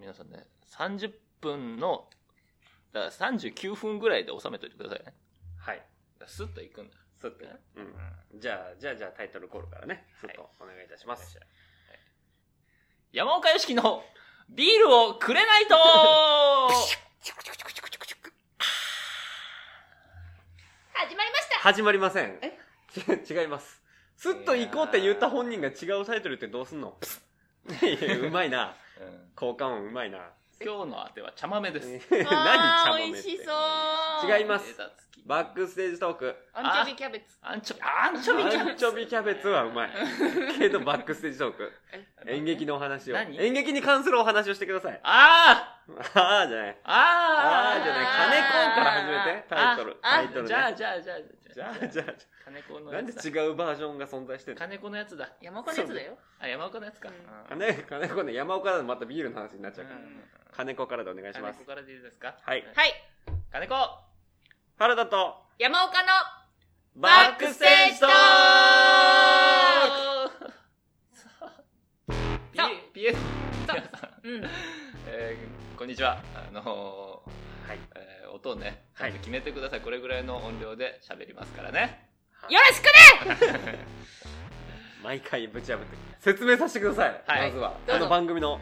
皆さんね、30分の、だから39分ぐらいで収めといてくださいね。はい。だからスッと行くんだ。すっとね。うん。じゃあ、じゃあ、じゃあタイトルコールからね、すっとお願いいたします。山岡良樹のビールをくれないと始まりました始まりません。えち 違います。すっと行こうって言った本人が違うタイトルってどうすんのい やうまいな。うん効果音うまいな。今日のあては茶豆です。 何あ茶ー豆美っ。味してそう違います枝付きバックステージトーク。アンチョビキャベツアンチョビ、アンチョビキャアベンツチョビキャベツはう まい。けどバックステージトーク。演劇のお話を。何演劇に関するお話をしてください。ああーじゃない。あああーじゃない。金子から始めて。タイトル。あタイトルね。じゃあじゃあじゃあじゃあ、じゃあ、じ金子ゃのあなやんでつだ。違うバージョンが存在してんの金子のやつだ。山岡のやつだよあ、山岡のやつか。うんうん金金子ね、山岡だとまたビールの話になっちゃうから。うん金子からでお願いし金ます子。からでいいですかはいはい金子原田と、山岡のバックステージトーピピエそううんえーこんにちは。あのーはいえー音をね、はいちゃんと決めてください。これぐらいの音量で喋りますからね。よろしくね毎回ぶち破って説明させてください、はいまずはどうこぞの番組のは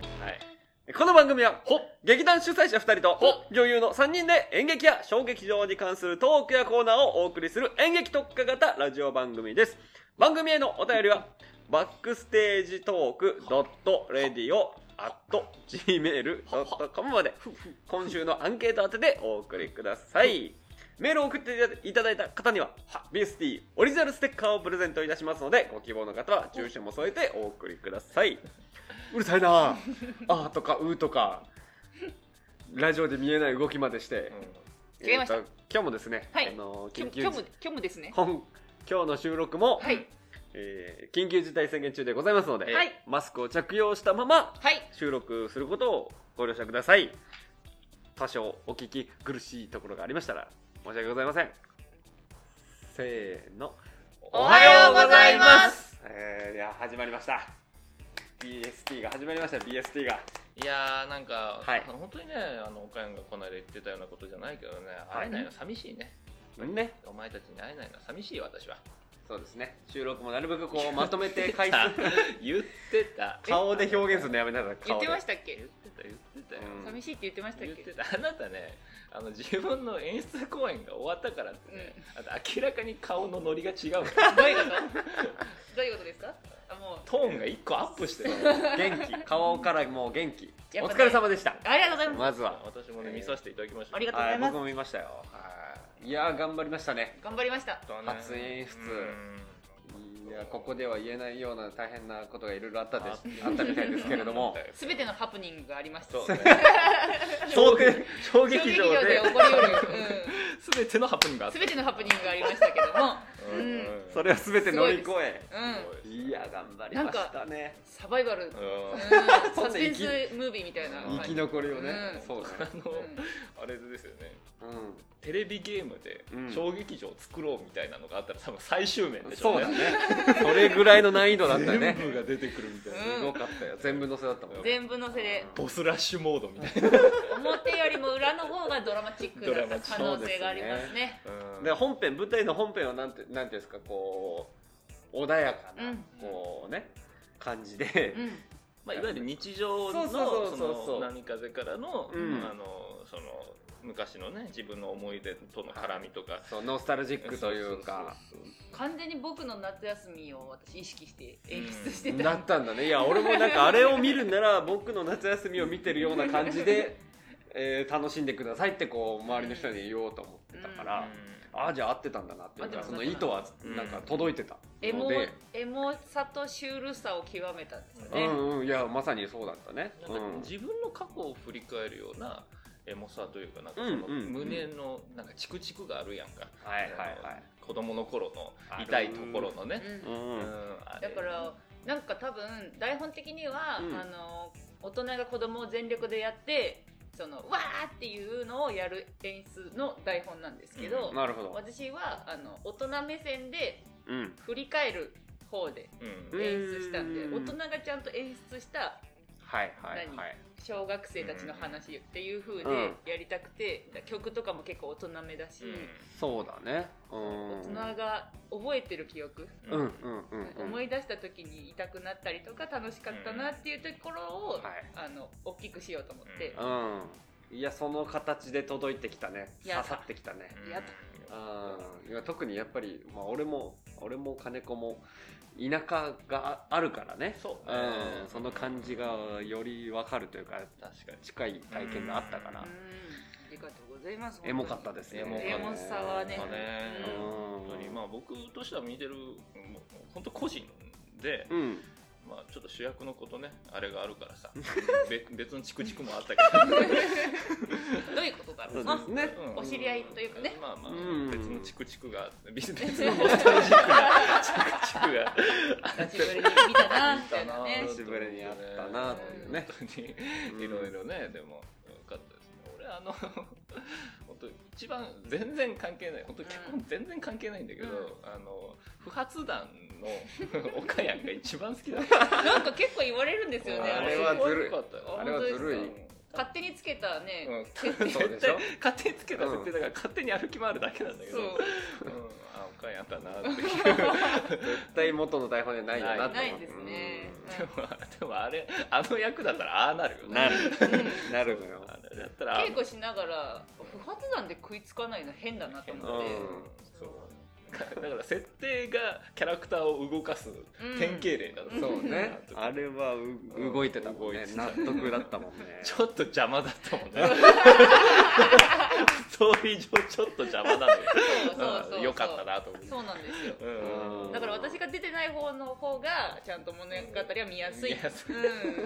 い。この番組はほっ劇団主催者2人とほ女優の3人で演劇や小劇場に関するトークやコーナーをお送りする演劇特化型ラジオ番組です番組へのお便りはバックステージトークドットレディオアット gmail.com まで今週のアンケート宛てでお送りくださいメールを送っていただいた方には BST オリジナルステッカーをプレゼントいたしますのでご希望の方は住所も添えてお送りくださいうるさいなあ あーとかうーとかラジオで見えない動きまでして、違いましたえーと今日もですね、はいあのーきょ緊急虚無虚無ですね本今日の収録も、はいえー緊急事態宣言中でございますので、はいマスクを着用したままはい収録することをご了承ください多少お聞き苦しいところがありましたら申し訳ございませんせーの、おはようございますえー、いや始まりました BST が始まりました BST がいやーなんか、はいあの本当にね、あの、岡山がこの間言ってたようなことじゃないけどね、は会いえないの寂しいね。ねお前たちに会えないのは寂しいよ、私は。そうですね収録もなるべくこ うまとめて回数 言ってた。顔で表現するのやめなさい言顔っでてましたっけ言ってた、言ってたよ。うん寂しいって言ってましたっ言っけてたあなたねあの自分の演出公演が終わったからってね、あと明らかに顔のノリが違うのよ どういうことどういうことですかあもうトーンが一個アップしてる 元気顔からもう元気、やおっぱね疲れ様でしたありがとうございますまずは私もねえー見させていただきましたありがとうごはざいいます僕も見ましたよはいいやー頑張りましたね頑張りましたとう初演出うんいやここでは言えないような大変なことがいろいろあったですあったみたいですけれど もすべてのハプニングがありましたそうね想定衝衝撃撃場場でで起こりうる全てのハプニングがあ ったすべてのハプニングがありましたけどもうん うんうんそれを全て乗り越えうんいや頑張りましたねサバイバル、 うん、うんサんなスペンスムービーみたいなうん生き残りをねうんそうねあのうんあれですよねうんテレビゲームでうん小劇場を作ろうみたいなのがあったら多分最終面でしょそうだねそれぐらいの難易度だったよね全部が出てくるみたいなうんすごかったよ全部載せだったもん全部載せでボスラッシュモードみたいな表よりも裏の方がドラマチックだった可能性がありますねで本編舞台の本編はなんてなんていうんですかこう穏やかな、うんこうね感じで、まあ、いわゆる日常そのうそうそうそうその波風からの,、うんあのその昔のね自分の思い出との絡みとか、そうノスタルジックというかそうそうそううん、完全に僕の夏休みを私意識して演出してた、なったんだねいや俺もなんかあれを見るなら僕の夏休みを見てるような感じで、えー楽しんでくださいってこう周りの人に言おうと思ってたから、ああじゃあ合ってたんだなっていう合かってそますの意図はなんか届いてたエのモで、エモさとシュールさを極めたんですようね、んうんいやまさにそうだったね、うんうなんかん、自分の過去を振り返るようなエモさというかなんかそのうんうんうん胸のなんかチクチクがあるやんか、はいはいはい子供の頃の痛いところのね、うんうんうんあれだからなんか多分台本的には、うんあの大人が子供を全力でやってそのわーっていうのをやる演出の台本なんですけど、なるほど、私はあの大人目線でうん、振り返る方でうん演出したんでうん大人がちゃんと演出したはいはいはい小学生たちの話っていう風うでやりたくて、曲とかも結構大人めだし、そうだねう大人んが覚えてる記憶、うんうんうんうん思い出した時に痛くなったりとか楽しかったなっていうところを、んはいあの大きくしようと思って、うんいやその形で届いてきたねいや刺さってきたねうんやっあーいや特にやっぱり、まあ、俺も俺も金子も田舎があるからねそうねうん、その感じがよりわかるというか確かに近い体験があったかうらん、ありがとうございますエモかったですねエモかったエモさはねそうねうん本当にまあ僕としては見てるもう本当個人で、うんまあ、ちょっと主役のことねあれがあるから さべ別のチクチクもあったけどどういうことだろそうう なです ねうんお知り合いというかねまあまあ、うん別のチクチクが 別別のノスタルジックなチクチクが久しぶりに見たなみたいなね久しぶりに会ったなというね本当にいろいろね、でもよかったですね俺あの 本当一番全然関係ない本当結婚全然関係ないんだけど、うんあの不発弾 の岡山が一番好きだっなんか結構言われるんですよねたああれれはずるすいごかったよああれはずるい勝手につけたね、うんそうで しょ勝手につけた設定だから勝手に歩き回るだけなんだけど、そううん、あおかんやったなっていうでも絶対元の台本でないよなと思ってないですね、でもあれあの役だったらああなるようんねなるうんなるのよあれだったら稽古しながら不発弾で食いつかないの変だなと思って、そうだから設定がキャラクターを動かすうん典型例だとそ思うね あれはう動いてたもん動いねてた納得だったもん ねちょっと邪魔だったもんねストーリー上ちょっと邪魔なのよそうそうそううんよかったなと思ってそうなんですようんだから私が出てない方の方がちゃんと物語は見やすい、見やすい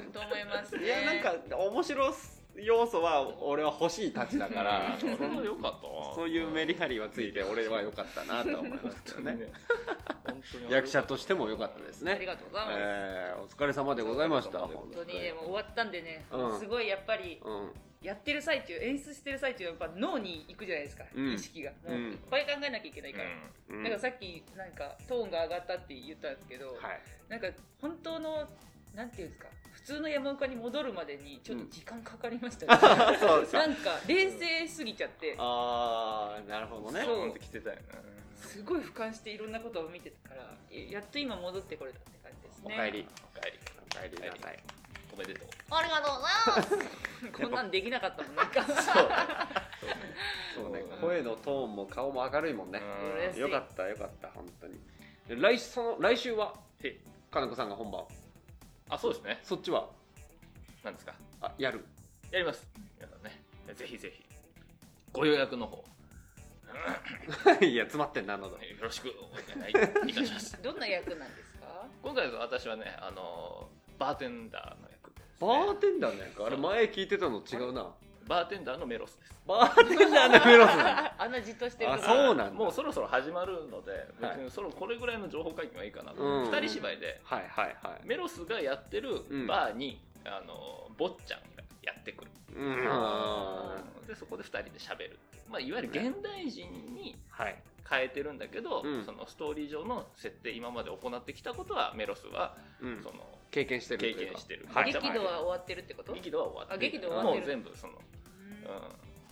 うん、と思いますねいやなんか面白要素は俺は欲しいたち だからうん俺もよかったわそういうメリハリはついて俺は良かったなと思いますけどね 本当に役者としても良かったですありねがとうございます、えーお疲れ様でございました本本当にでも終わったんでね、うんすごいやっぱりうんやってる最中演出してる最中やっぱ脳に行くじゃないですか、うん意識がうもういんっぱい考えなきゃいけないから、うんだからさっきなんかトーンが上がったって言ったんですけど、はいなんか本当のなんていうんですか普通の山岡に戻るまでにちょっと時間かかりましたね、 そうですなんか冷静すぎちゃってあーなるほどねそううん来てたよねすごい俯瞰していろんなことを見てたからややっと今戻ってこれたって感じですおねかえりおかえりおかえりなさいおめでとうありがとうございますこんなんできなかったもんなんかそうそうねうん声のトーンも顔も明るいもんねうん嬉しいよかったよかった本当にで来その来週はへ金子さんが本番あそうですねそっちはなんですかあやる やります皆さんねぜひぜひご予約の方よいや詰まってんなのだろしくお願いいたします どんな役なんですか今回の私はねあのバーテンダーの役ですバね、ーテンダーなんかあれ前聞いてたの違うなバーテンダーのメロスですバーテンダーのメロスなんだあんなじっとしてるあそうなんだもうそろそろ始まるのではい別にそろこれぐらいの情報解禁はいいかなと、うん二人芝居ではいはいはいメロスがやってるバーに、あの坊っちゃんがやってくるうんはでそこで2人で喋るっていう、まあ、いわゆる現代人にい変えてるんだけど、うんそのストーリー上の設定今まで行ってきたことはメロスはうんその経験してるとい経うか験してる、はい激怒は終わってるってこと激怒は終わってあ激怒は終わもってるう全部その、うんうん、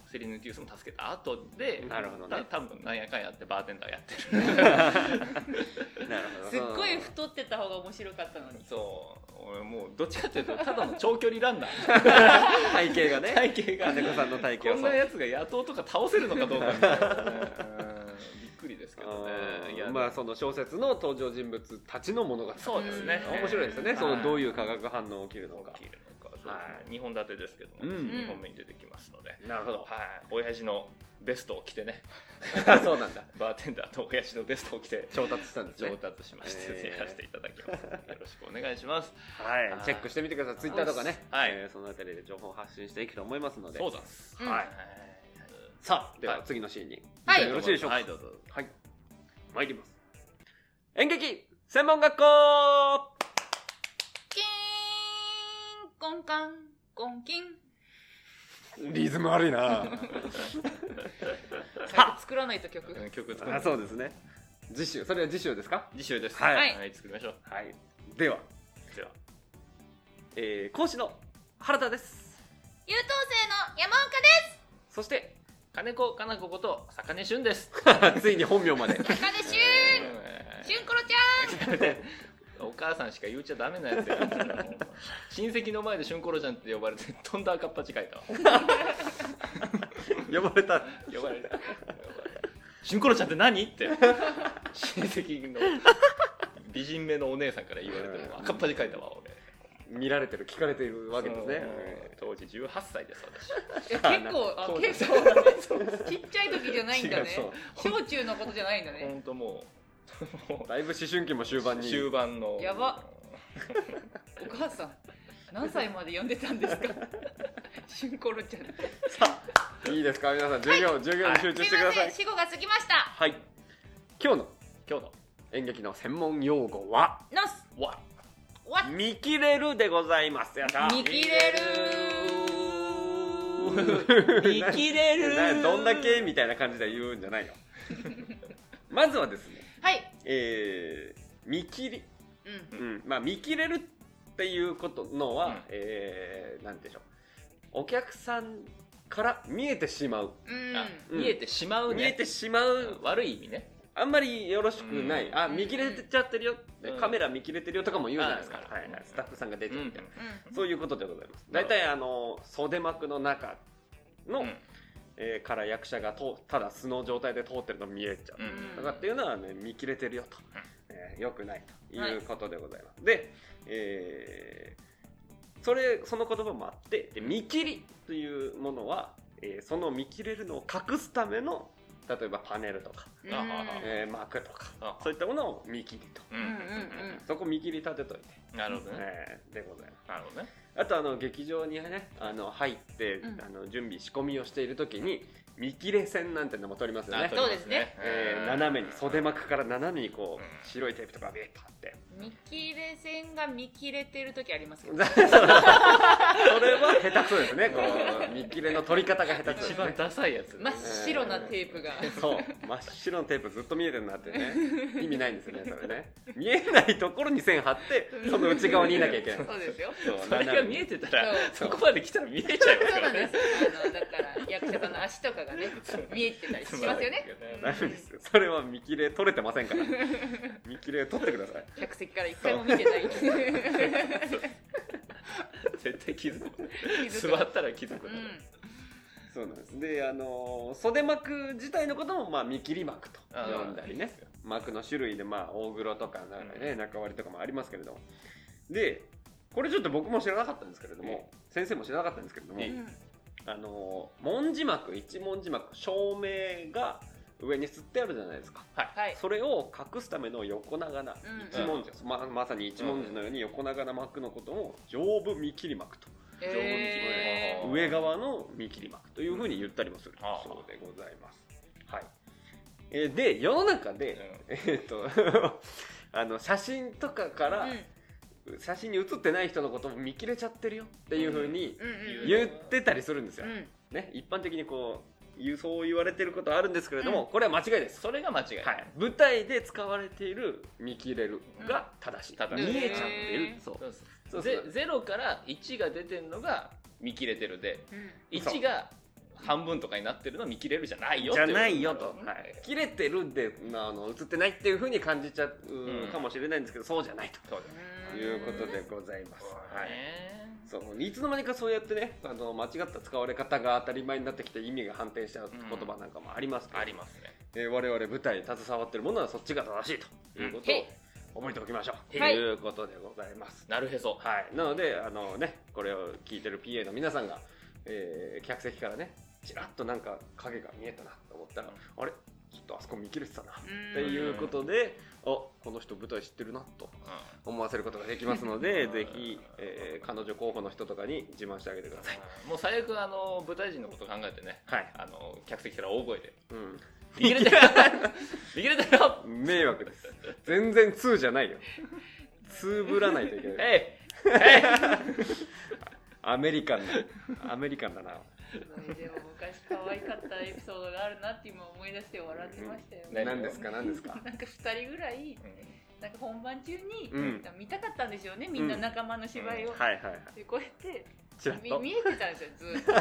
セリヌティウスも助けた後でなるほどねた多分なんやかんやってバーテンダーやってる なるほどすっごい太ってた方が面白かったのにそう俺もうどっちかっていうとただの長距離 ランナー体型がね体型が金子さんの体こ型はそんうなやつが野党とか倒せるのかどうかみ たいなね、うんびっくりですけどねいあやーまあその小説の登場人物たちの物語そうですねうん面白いですよねそのどういういう化学反応起きるのか起きるのかはい2本立てですけども、うん2本目に出てきますので、なるほはい親父のベストを着てね そうなんだ バーテンダーと親父のベストを着て調達したんです上ね達しまして、えーやらせていただきます。よろしくお願いします。ははいいチェックしてみてくださいツイッターとかねはいえーそのあたりで情報を発信していくと思いますの でそうざんす。うんはいさあでは次のシーンにはいよろしいでしょうかはい、どうぞ。はい。参ります。演劇専門学校はキーンコンカンコンキンリズム悪いな早く作らないと曲曲作 あ、る。そうですね。次週、それは次週ですか次週です。はいはい、作りましょう。はい。では、では、えー、講師の原田です。優等生の山岡でそして、金子かな子こと坂根俊です。 ついに本名ま で。す中根 しゅんしゅんころちゃんお母さんしか言っちゃダメな やつやから親戚の前でシュンコロちゃんって呼ばれてとんだ赤っ恥かいたわ呼ば呼ばれれた。た呼ばれたシュンコロちゃんって何って親戚の美人目のお姉さんから言われてうん赤っ恥かいたわ俺見られてる、聞かれているわけですね。そう当時18歳です私いや結構あそうだね結構だねちっちゃい時じゃないんだね 違う小中のことじゃないんだね本当もそうだいぶ思春期も終盤うに。終盤のやばお母さん何歳まで呼んでたんですか シュンコロちゃんいいですか皆さん、授業、授業に集中してください。死後が過ぎましたはい。今日の今日の演劇の専門用語は、ナス「わわ見切れるでございます。やった。見切れる見切れなる」どんだけみたいな感じで言うんじゃないよ。 まずはですね、はいえー、見切り、うんうん、まあ見切れるっていうことのは、うんえー、なんでしょう。お客さんから見えてしまう。うんあうん見えてしまうね見えてしまう悪い意味ねあんまりよろしくない、うんあ見切れてっちゃってるよ、うんカメラ見切れてるよとかも言うじゃないですか、うんはいはいスタッフさんが出てるみたいな、うそういうことでございますなる大ほど体あの袖幕の中の、うんえーから役者が通ただ素の状態で通ってるの見えちゃうう、んとかっていうのは、ね、見切れてるよと、えよくないということでございます、で、えーそれその言葉もあってで見切りというものは、えーその見切れるのを隠すための例えばパネルとかんあうんははえー、幕とかあそういったものを見切りとうんうんそこ見切り立てといて、なるほどねえーでございますなるほどねあとあの劇場にねあの入って、うんあの準備仕込みをしている時に見切れ線なんてのも取りますよねあ、そうですねえー斜めに袖幕から斜めにこう、うん白いテープとかビーッと貼って見切れ線が見切れてる時ありますけそどれは下手くそですねこう見切れの取り方が下手くそ一です番ねダサいやつ真っ白なテープがそう真っ白のテープずっと見えてるなってね意味ないんですよねそれね見えないところに線貼ってその内側にいなきゃいけないそうですよそうそれが見えてたらそそうこまで来たら見えちゃいまそすうかならんでねすあのだから役者さんの足とかがね見えてたりしますよねダメですよそれは見切れ取れてませんから見切れ取ってください客席から一回も見てない絶対気づく気づ座くったら気づくうねんそうなんですであのー袖幕自体のことも、まあ、見切り幕とあー呼んだりね幕の種類で、まあ、大黒とかなんか、ねう中割りとかもありますけれどもでこれちょっと僕も知らなかったんですけれども先生も知らなかったんですけれどもええあのー文字幕一文字幕照明が上に吸ってあるじゃないですかはいそれを隠すための横長なうん一文字、ままさに一文字のように横長な幕のことを上部見切り幕と、えうん上側の見切り幕というふうに言ったりもするうんああそうでございます。はいえーで世の中で、 えーっとあの写真とかかーら、写真に写ってない人のことも見切れちゃってるよっていうふうにうんうん言ってたりするんですうよ。んね、一般的にこう言うそう言われてることあるんですけれども、これは間違いです。それが間違いはい、舞台で使われている「見切れる」が正しい、正しい見えちゃってへるーそうそうそうそうそうゼゼロから1が出てるのが見切れてるでうん1が半分とかになってるのは見切れるじゃないよじゃないよと、ってうはい、切れてるでなあの映ってないっていうふうに感じちゃうかもしれないんですけど、そうじゃないそうだねということでございます、はい、ねそういつの間にかそうやってねあの間違った使われ方が当たり前になってきて意味が反転しちゃう言葉なんかもありますけど、ありますねえー我々舞台に携わってるものはそっちが正しいということうんを覚えておきましょう、はいということでございますなるへそはい、なのであの、ね、これを聞いてる PA の皆さんが、えー客席からねちらっとなんか影が見えたなと思ったら、あれちょっとあそこ見切れてたな、っうんていうことであこの人舞台知ってるなとう思わせることができますのでうんぜひ、えー彼女候補の人とかに自慢してあげてください。んもう最悪あの舞台人のこと考えてねはいあの客席から大声でうん「見切れてる見切れてるよ迷惑です全然通じゃないよ通ぶらないといけない えアメリカンなアメリカンだなでも昔可愛かったエピソードがあるなって今思い出して笑ってましたよ、ね何ですか何ですかなんか2人ぐらいい!なんか本番中に、うん見たかったんでしょうねみんな仲間の芝居を、はいはいはいでこうやってちらっみと見えてたんですよずっと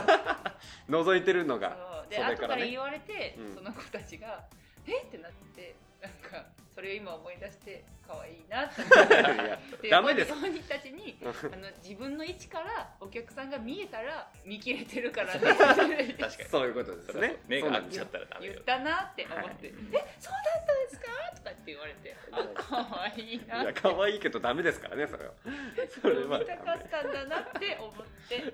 覗いてるのがそうで袖後かからねら言われて、うんその子たちが「えっ?」てなってなんかそれを今思い出して可愛いなって思っいやてダメです本人たちにあの自分の位置からお客さんが見えたら見切れて るからね確かにそういうことですね目が合っそうなんですちゃったらダメ言よったなって思っては「いえそうだったんですか?」とかって言われて「あ可愛いいな」や可愛いけどダメですからねそれはそれは見たかったんだなって思って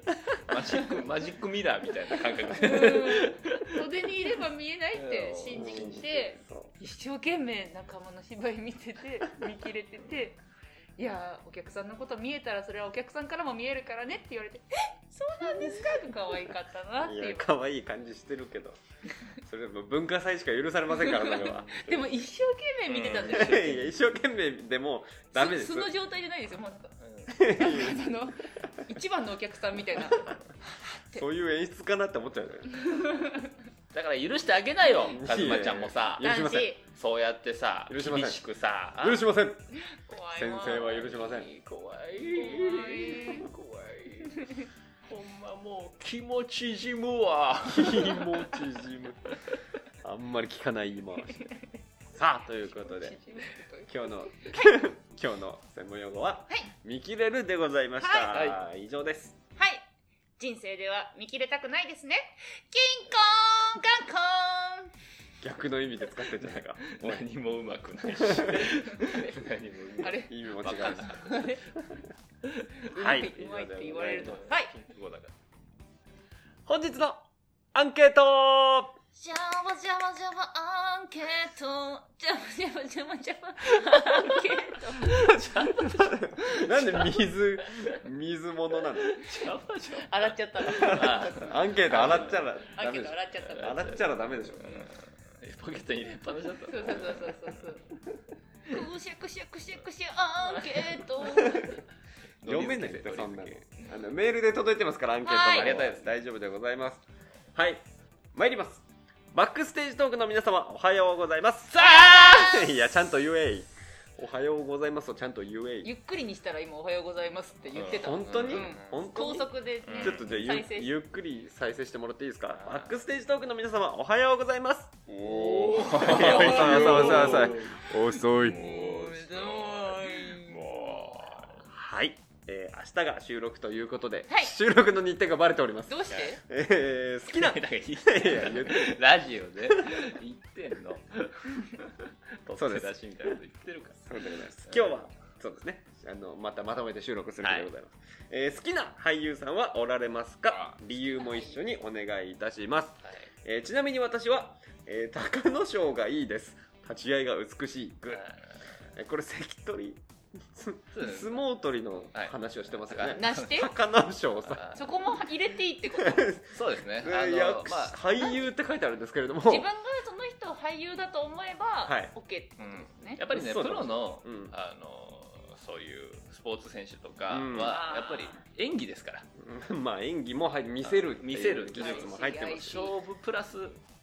マジックマジックミラーみたいな感覚でうん袖にいれば見えないって信じ信じてそう一生懸命仲間の芝居見 てて見切れてて。いやーお客さんのこと見えたらそれはお客さんからも見えるからねって言われて「えそうなんですか?」が可愛かったなっていいやう可愛い感じしてるけどそれもう文化祭しか許されませんからそれは でも一生懸命見てたんいですよやいや一生懸命でもダメです素素の状態じゃないですよま だうんなんかその一番のお客さんみたいなそういう演出かなって思っちゃうねだから許してあげなよカズマちゃんもさいやいやいや許しませんそうやってさ許しません厳しくさ許しません怖い先わ生は許しません怖い怖い怖いほんまもう気持ち縮むわ気持ち縮むあんまり聞かない言い 回しさあということで今日の 今日の専門用語ははい「見切れる」でございました、は以上ですはい人生では見切れたくないですねキンコーンカンコーン逆の意味で使ってんじゃないか何もうまくないし何もうまくあれ意味も違うわかんしなはいうまいって言われるとはい本日のアンケートジャバジャバジャバアンケートジャバジャバジャバジャバアンケートなんで水水物なのジャバジャ洗っちゃったバあアンケート洗っちゃらアダンケメーでしト洗っちゃったょ洗っちゃらダメでしょうんポケットに入れっぱなしだったそうそうそうそうそうそうクシャクシャクシャクシャアンケート読めないって飲みそん漬なのけあのメールで届いてますからアンケートはいもありがたいです大丈夫でございますはい参りますバックステージトークの皆様おはようございますさあいやちゃんと言えいおはようございますをちゃんと言えいゆっくりにしたら今「おはようございます」って言ってた本当に、うん本当高に速でねうんちょっとじゃあゆ再生しゆっくり再生してもらっていいですかあーバックステージトークの皆様おはようございますおおいや遅い遅い遅い遅い遅いもうすごいもはい、えー、明日が収録ということで、はい収録の日程がバレておりますどうしてえ ー、好きうなだから言っいや言ってラジオで言ってんのそう取でっす手出しみたいなこと言ってるかそうでございます今日はそうですねあのまたまとめて収録する日でございます、えー好きな俳優さんはおられますか理由も一緒にお願いいたします、らはいえーちなみに私は、えー、高野賞がいいです立ち合いが美しいグッえーこれ関取すそうです相撲取りの話をしてますよね、なして高野賞さんあそこも入れていいってこと自そうですねえあーの役まあ俳優って書いてあるんですけれども分がその人を俳優だと思えばはい OK ってことですねやっぱりねそうプだロのうんあのそういうスポーツ選手とかうんはやっぱり演技ですからうん まあ演技も入り見せるっていう見せる技術も入ってますし勝負プラス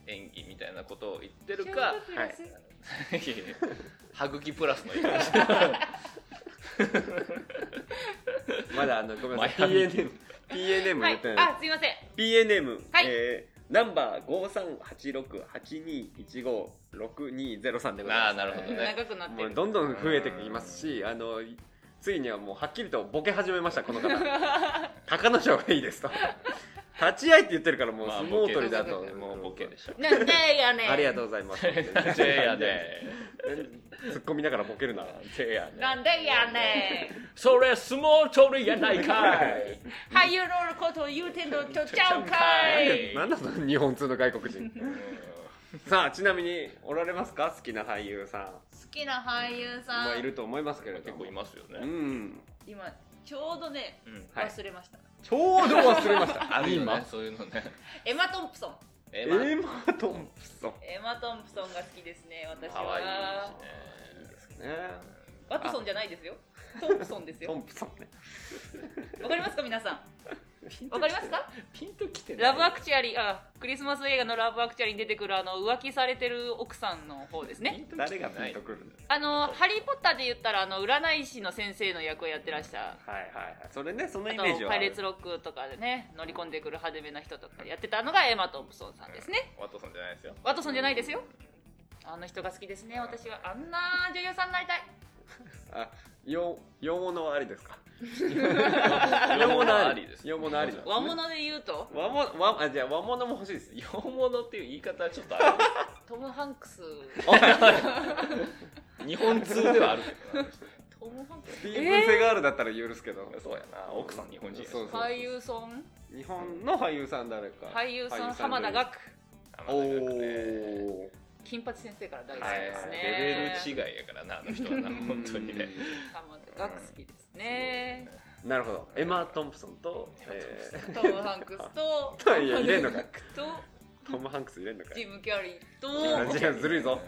演技みたいなことを言ってるか勝負プラスははいやいや 歯茎プラスの言い方してまだあのごめんなさい マイアミ PNM PNM は言いってないあすいません PNM、はいえーナンバー五三八六八二一五六二ゼロ三でござい ます。あーなるほどね長くなってもうるどんどん増えてきますし、あのついにはもうはっきりとボケ始めましたこの方。高野賞がいいですと。立ち合いって言ってるからもうまあ相ボ撲ケ取りだそうとそうそうもうボケでしょ なんでやねんありがとうございます。じ ゃあやね突っ込みながらボケるな。じゃあやねなんでやねそれ相撲取りやないかいん俳優のことを言うてんのとちゃうかいなんだその日本通の外国人。さあちなみにおられますか好きな俳優さん。好きな俳優まさあいんると思いますけれど結も。構いますようねん。今ちょうどねうんはい忘れましたちょうど忘れました。 あるよ今ね。そういうのね エマ・トンプソンえエまあマトンプソン。エマ・トンプソンが好きですね私可愛いはしねね。ワトソンじゃないですよトンプソンですトよンプソンね。わかりますか皆さんわかりますかピンときててないラブアクチュアリーあクリスマス映画のラブアクチュアリーに出てくるあの浮気されてる奥さんの方ですねピンときてない誰がピンとくるんだよあの「ハリー・ポッター」で言ったらあの占い師の先生の役をやってらしたはいはいはいそれねそのあイとメージ「はパあイレーるツ・ロック」とかでね乗り込んでくる派手めな人とかやってたのがエマ・トンプソンさんですねワトソンじゃないですよワトソンじゃないですよあの人が好きですね私はあんな女優さんになりたいあよ洋物はありですか洋物ありです洋物あり和物で言うと和物和あじゃあ和物も欲しいです洋物っていう言い方はちょっとあトム・ハンクスる 日本通ではあるけどなトム・ハンクススティーブン・セガールだったら許すけど、そうやな奥さん日本人やしそう俳優さん日本の俳優さん誰か俳優さんで浜田岳あおのなんかねお金八先生から大好きはいではすいね、レベル違いやからなあの人 はな本当にね浜田岳好きですねなるほどエマ・トンプソンとエマトンプソントム・ハンクスとえーいや入れんのかハンクスとトム・ハンクス入れんのかジム・キャリーあ とジムずるいぞ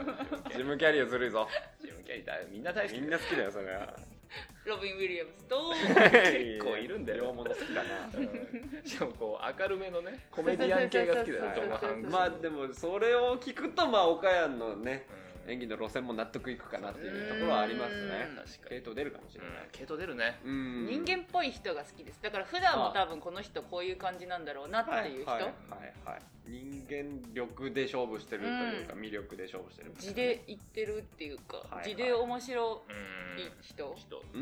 ジム・キャリーずるいぞジムキャリーだみんな大好きみんな好きだよそれはロビン・ウィリアムスと結構いるん だよ洋物好きだうなんしかもこう明るめのねコメディアン系が好きだよねそトうそム・うそハうそうンクスまあでもそれを聞くとまあ岡谷のねうん演技の路線も納得いくかなっていうところはありますねうん確か系に統出るかもしれないうん系統出るねうん人間っぽい人が好きですだから普段も多分この人こういう感じなんだろうなっていう人、はいはいはい人間力で勝負してるというか、う魅力で勝負してる字で言ってるっていうか、はいはい字で面白うんい人、人うー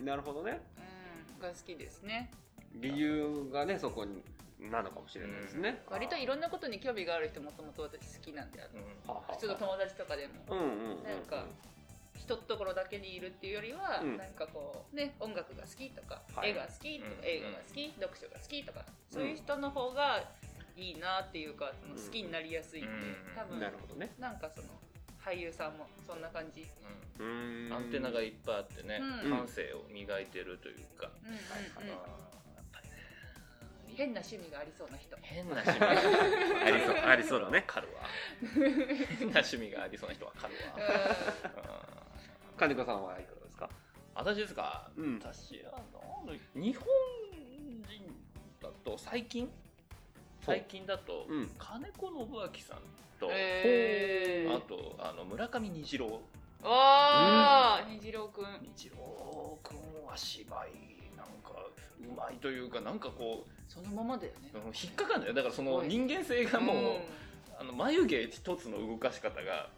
んなるほどねうん、が好きですね理由がねそこになのかもしれないですね、割といろんなことに興味がある人もともと私好きなんであのはあはあはあ普通の友達とかでもうんうんうんなんか一ところだけにいるっていうよりは、うんなんかこうね音楽が好きとか、はい絵が好きとか、うん映画が好き、読書が好きとかそういう人の方がいいなっていうかその好きになりやすいっていう、うん多分なるほどねなんかその俳優さんもそんな感じ、うーんアンテナがいっぱいあってねうん感性を磨いてるというかうんうんあのうんやっぱりね変な趣味がありそうな人変な趣味がありそうありそうだねわかるわ変な趣味がありそうな人わかるわううん金子さんはいかがですか私ですか、うん私はなんだ日本人だと最近最近だと、うん金子信明さんと、んえーあとあの村上虹郎あー虹郎くん虹郎君は芝居なんかうまいというかなんかこうそのままだよねうん引っかかんだよだからそのすごい人間性がもう、うあの眉毛一つの動かし方が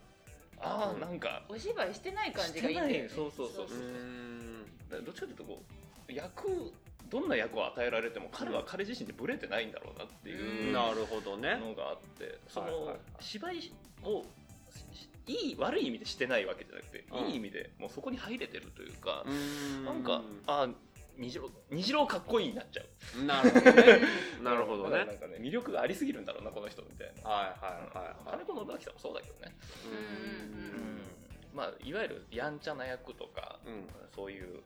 あうんあなんかんお芝居してない感じがいいんだよねしてないそうそうそううーんだからどっちかというとこう役どんな役を与えられても彼は彼自身でブレてないんだろうなっていううんのなるほどねがあってそはいはいはのい芝居をしいい悪い意味でしてないわけじゃなくてうんいい意味でもうそこに入れてるというかうーんなんかあ虹郎虹郎かっこいいになっちゃうなるほどねなるほどだねからなんかね魅力がありすぎるんだろうなこの人みたいなはいはいはいはい金子信明さんもそうだけどねうんまあいわゆるやんちゃな役とかうんうんそういう、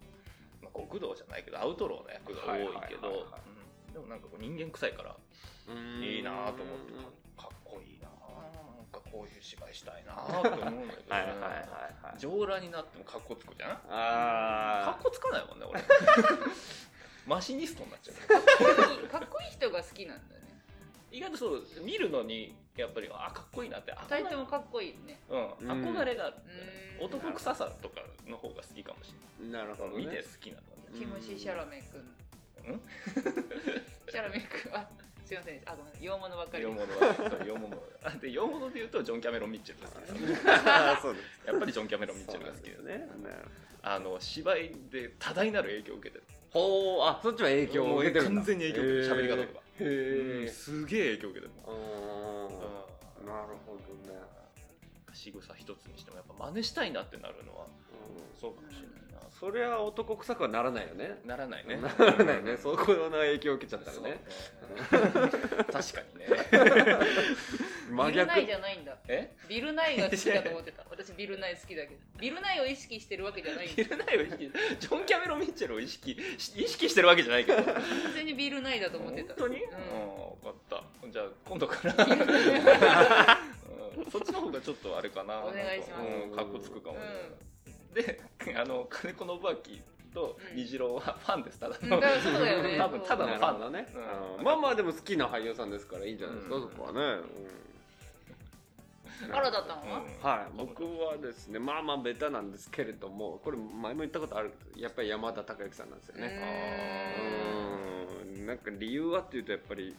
まあ、極道じゃないけどアウトローな役が多いけど、はいはいはいはいうんでもなんかこう人間臭いからいいなぁと思ってかっこいいなぁなんかこういう芝居したいなぁと思うんだけど、ね、 はいはいはいはい上裸になってもかっこつくじゃんかあっこつかないもんね 俺マシニストになっちゃうかっこいい人が好きなんだよね意外とそう見るのにやっぱりあかっこいいなって二人ともかっこいいよねうん、うん憧れがある、うん男臭さとかの方が好きかもしあなるれほなど い、見ねて好きなのねティムシー・シャラメ君うんシャラメ君あすいませんあごめん洋物ばっかり洋物は そう洋物はで洋物で言うとジョン・キャメロン・ミッチェルが好きですあーそうですやっぱりジョン・キャメロン・ミッチェルが好きですねね。あの芝居で多大なる影響を受けてるほう、あ、そっちは影響を受けてるんだ。完全に影響を受けてる喋り方とか、へうんえ。すげえ影響を受けてる、うー。うんんなるほどね。仕草一つにしてもやっぱ真似したいなってなるのはうんそうかもしれないなそれは男臭くはならないよね。ならないねならないね。そこの影響を受けちゃったそらうねね。 確かにね真ビルナ逆イじ。ゃないんだえビルナイが好きだと思ってた私ビルナイ好きだけどビルナイを意識してるわけじゃないんだいるないを意識ジョン・キャメロン・ミッチェルを意識し意識してるわけじゃないけど完全にビルナイだと思って本た当に、うん分かったじゃあ今度 から、うんそっちの方がちょっとあれかなお願いしますなんかうんかっこつくかもね、うんであの金子信明と虹郎はファンですただうんのだからそうだよね多分ただのフなるァほンどね、うんうんまあまあでも好きな俳優さんですからいいんじゃないですか、うんそこはね、うんあらだったのうんは、はい僕はですねまあまあベタなんですけれどもこれ前も言ったことあるけどやっぱり山田孝之さんなんですよねうんなんか理由はっていうとやっぱり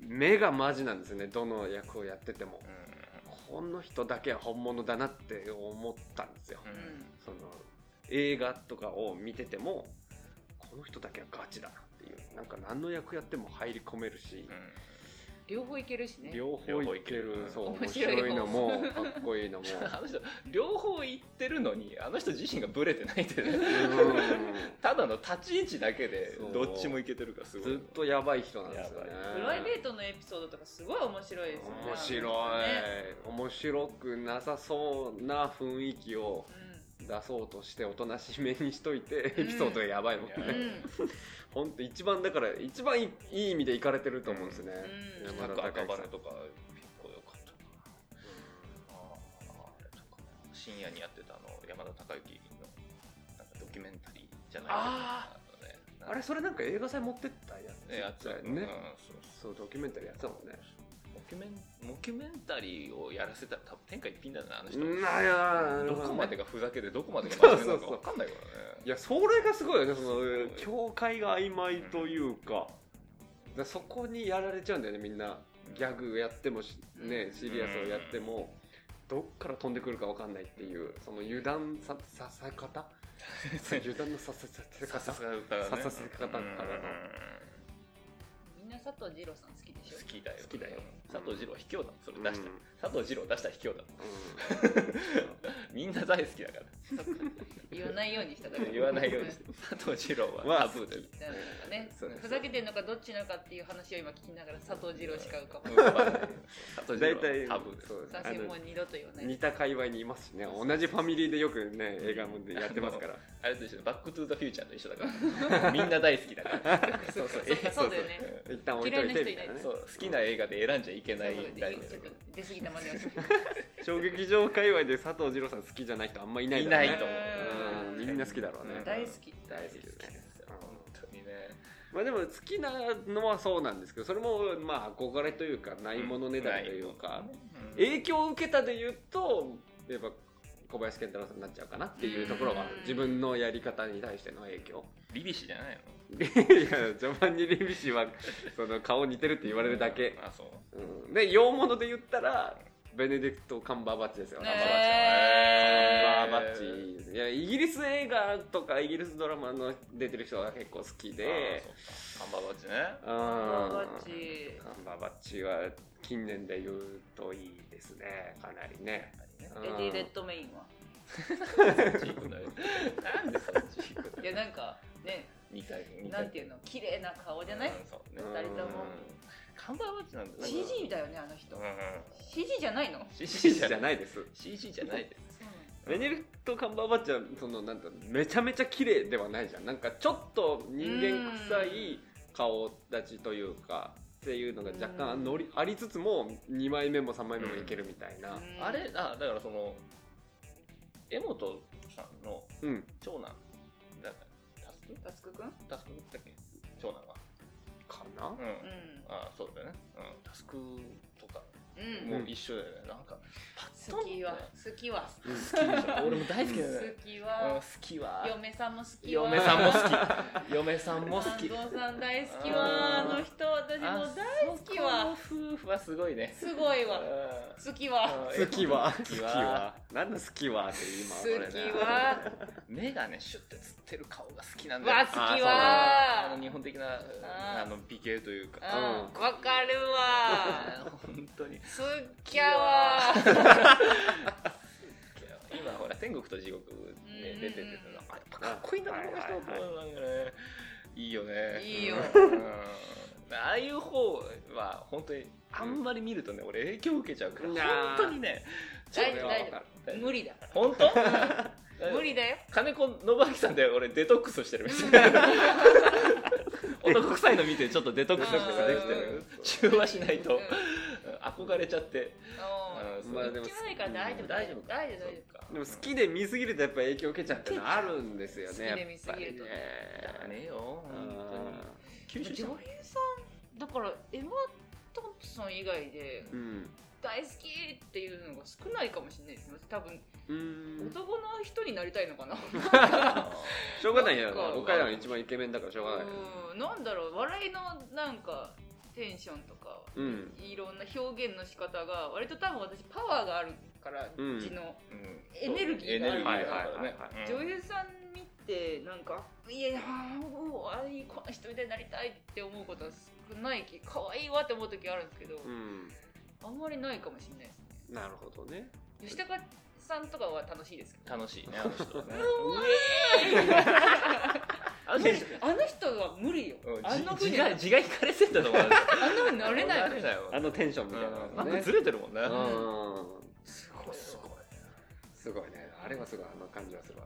目がマジなんですよねどの役をやっててもこの人だけは本物だなって思ったんですよううんうんんその映画とかを見ててもこの人だけはガチだなっていうなんか何の役やっても入り込めるし、両方いけるしね両方いけ両方いけるるそう面面白白いいの もかっこいいのもあの人両方言ってるのにあの人自身がブレてないってねうんただの立ち位置だけでそうどっちもいけてるからすごいずっとやばい人なんですよねやプライベートのエピソードとかすごい面白いですよね面白い、面白くなさそうな雰囲気を出そうとしておとなしめにしといて、うエんピソードがやばいもんねいうん、うんほんと一番だから一番いいいい意味でいかれてると思うんですね、うん北山区田赤孝羽之さんとか結構良かったなああれとか深夜にやってたあの山田孝之のなんかドキュメンタリーじゃないあのねあれそれなんか映画祭持ってったやつねやってたようんね、そうそうドキュメンタリーやってたもんねドキュメンドキュメンタリーをやらせたら多分天下一品だよねあの人いやどこまでががふざけてどこまでが真面目なのかそうそうそう分かんないからねいやそれがすごいよねそすのごい境界が曖昧というか,、だからそこにやられちゃうんだよねみんなギャグやってもしねシリアスをやっても、どっから飛んでくるかわかんないっていうその油断ささせ方油断のさせさせさ方させ方がねささせ方からのうんみんな佐藤二郎さん好きでしょ 好きだよ好きだよ佐藤二郎は卑怯だそれうん出したら佐藤二郎出したら卑怯だうんみんな大好きだから言わないようにしただけ言わないようにして佐藤二郎はタブーでだからなんかねそうですふざけてんのかどっちなのかっていう話を今聞きながら佐藤二郎しか浮かばない佐藤二大郎体はタブーですそうですあ私もうの二度と言わない似た界隈にいますしね同じファミリーでよくね映画もでやってますからあれと一緒バック・トゥ・ザ・フューチャーと一緒だからみんな大好きだ からそうそうそうだよね一旦置いといてみたいなねそう好きな映画で選んじゃいけそなういそう題名ちだょっかと出過ぎたまでをする小劇場界隈で佐藤二郎さん好きじゃない人あんまいらないいだろなうねいと思うんうみんな好きだろうねん大好き大好きですねうん本当にねまあでも好きなのはそうなんですけどそれもまあ憧れというかないものねだりというか、うん影響を受けたで言うとやっぱ小林健太郎さんになっちゃうかなっていうところがうん自分のやり方に対しての影 響リビシじゃないのいやジョバンニ・レビシはその顔似てるって言われるだけ、あそううん、で洋物で言ったらベネディクト・カンバーバッチですよ、ねカンバーバッチえバーバッチいやイギリス映画とかイギリスドラマの出てる人が結構好きでハンバーバッチねうんバーバッチカンバーバッチは近年で言うといいですねかなりねエディ・レッドメインはチーク だよなんでそのチークいやなんかね似た似たなんていうの綺麗な顔じゃないうんそうねうん二人とも看板マッチなんだ CG だよねあのう人ん CG じゃないのそう CG CG じゃじなゃいないです。 CG じゃないですベネディクト・カンバーバッチはそのなんだめちゃめちゃ綺麗ではないじゃんなんかちょっと人間臭い顔立ちというかっていうのが若干のりありつつも2枚目も3枚目もいけるみたいななのあれあだからその江本さんのうん長男だからタスクタツクくんうんタスクだっけ長男はかなうんあそうだよねうんタスクとかうんもう一緒だよねなんか好きは好きはうん好きでしょ俺も大好きだよね好きうんは好きは嫁さんも好きは嫁さんも好き嫁さんも好 き安藤さん大好きはあの人私もあ大好きはそこの夫婦はすごいねすごいわうん好きは好きは好好ききはは何の好きはって今好これねきは目がねシュッてつってる顔が好きなんだよわ好あきそうあはの日本的なああの美形というかうんわかるわ 本当に好きやわ今ほら天国と地獄ねうん出ててあやっぱかっこいいんだなはいこの人はいと思うなんかねいいよねいいようんああいう方は本当にあんまり見るとね俺影響受けちゃうからうん本当にねそれ大丈夫はわか大丈る夫無理だ本当 無理だよ金子信明さんで俺デトックスしてるみたいな男臭いの見 てちょっとデトックスとかできてる中和しないとうんうん憧れちゃっておあーそうまあでも聞かないから大丈夫大丈夫か大丈夫そ大丈っかでも好きで見すぎるとやっぱ影響受けちゃうっていうのはあるんですよね好きで見すぎるとねやっぱだりねねよ本当に吸夫収女し優たさんだからエマ・トンプソン以外でうん大好きっていうのが少ないかもしれないですね多分うん男の人になりたいのかなしょうがないよなんか岡山一番イケメンだからしょうがないうんなんだろう笑いのなんかテンションとかうんいろんな表現の仕方が割と多分私パワーがあるからうん字の、うんエネルギーエネルギーがあだるからねはいはい女優さん見てなんかいやもうああいうこの人みたいになりたいって思うことは少ないき可愛いわって思う時あるんですけど、うんあんまりないかもしれないですねなるほどね吉高さんとかは楽しいですけど楽しいねあの人はねあ無理あの人は無理よあのの人ふう字にが字が引かれてんだと思うあんなふうになれないあもんれだよあのテンションみたいなうのんマがねークずれてるもんねうんすごいわすごいねあれはすごいあの感じはすごい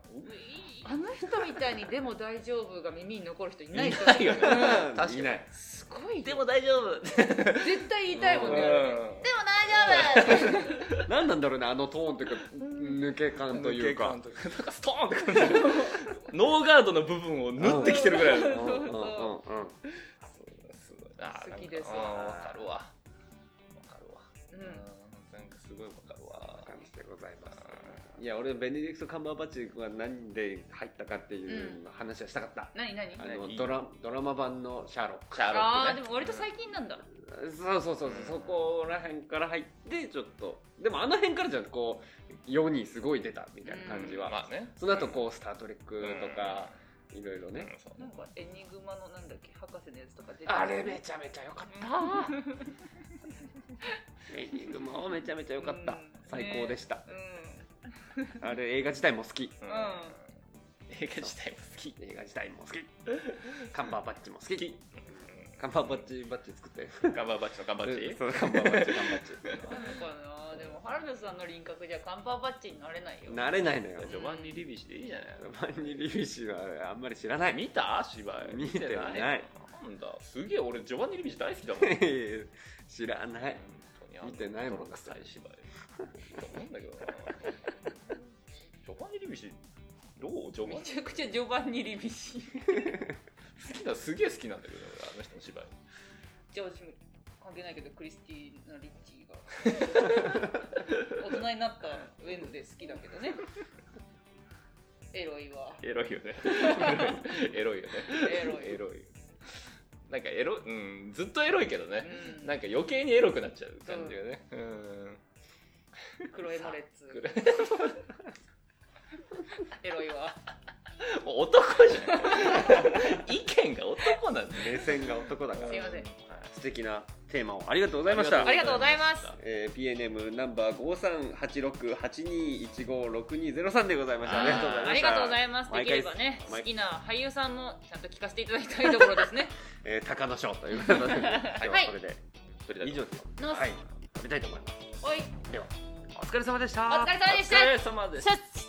あの人みたいに「でも大丈夫」が耳に残る人いないいですよないよねう確んかにいないすごいよでも大丈夫絶対言いたいもんね、うんあれねでも大丈夫何なんだろうねあのトーンというか抜け感というかなんかストーンって感じでノーガードの部分を縫ってきてるぐらいのうんうんうんうんすごいな好きですなんかあーわかるわわかるわううんんなんかすごいわかるわ感じでございますいや俺ベネディクト・カンバーバッチは何で入ったかっていう話はしたかった、何何あの何ドラドラマ版のシャーロックシャーロあッあクでねも割と最近なんだ、そうそうそう、うんそこら辺から入ってちょっとでもあの辺からじゃこう世にすごい出たみたいな感じは、まあねその後こう「スター・トレック」とか、いろいろうんね、うんそうなんかエニグマのなんだっけ博士のやつとか出てあれめちゃめちゃ良かっうたんエンディングもめちゃめちゃ良かった、うん最高でした、うんあれ映画自体も好きうんん映画自体も好き映画自体も好きカンバーバッチも好きうんカンバーバッチバッチ作って ガンバーバッチのガンバッチそうカンバーバッチカンバッなのかなでも原田さんの輪郭じゃカンバーバッチになれないチ よ慣れないのよジョバンニ・リビシでいいじゃないマンニ・リビシはあんまり知らない 見た芝居見てないなんだすげえ俺ジョバンニ・リビシ大好きだもん知らない見てないもんな最芝居と思うんだけどな ジョバンニ・リビシどうジョバンめニちゃくちゃ序盤にリビシ好きだすげえ好きなんだけど俺あの人の芝居じゃあ私も関係ないけどクリスティーナ・リッチーが大人になったウェンズで好きだけどねエロいわエロいよ ねエロいよねエロいエロいなんかエロうんずっとエロいけどね、うんなんか余計にエロくなっちゃう感じがねうんクロエモレッツクロエロいわもう男じゃん意見が男なんだ目線が男だからすいません素敵なテーマをありがとうございましたありがとうございますえー、PNM ナンバー538682156203でございましたありがとうございましたありがとうございますで毎き回ればね好毎きな俳優さんもちゃんと聞かせていただきたいところです ねえー、高野賞ということで今日はこれで、以上ですのはい食べたいと思いまおいすではお疲れ様でしたお疲れ様でしたお疲れ様ですさっ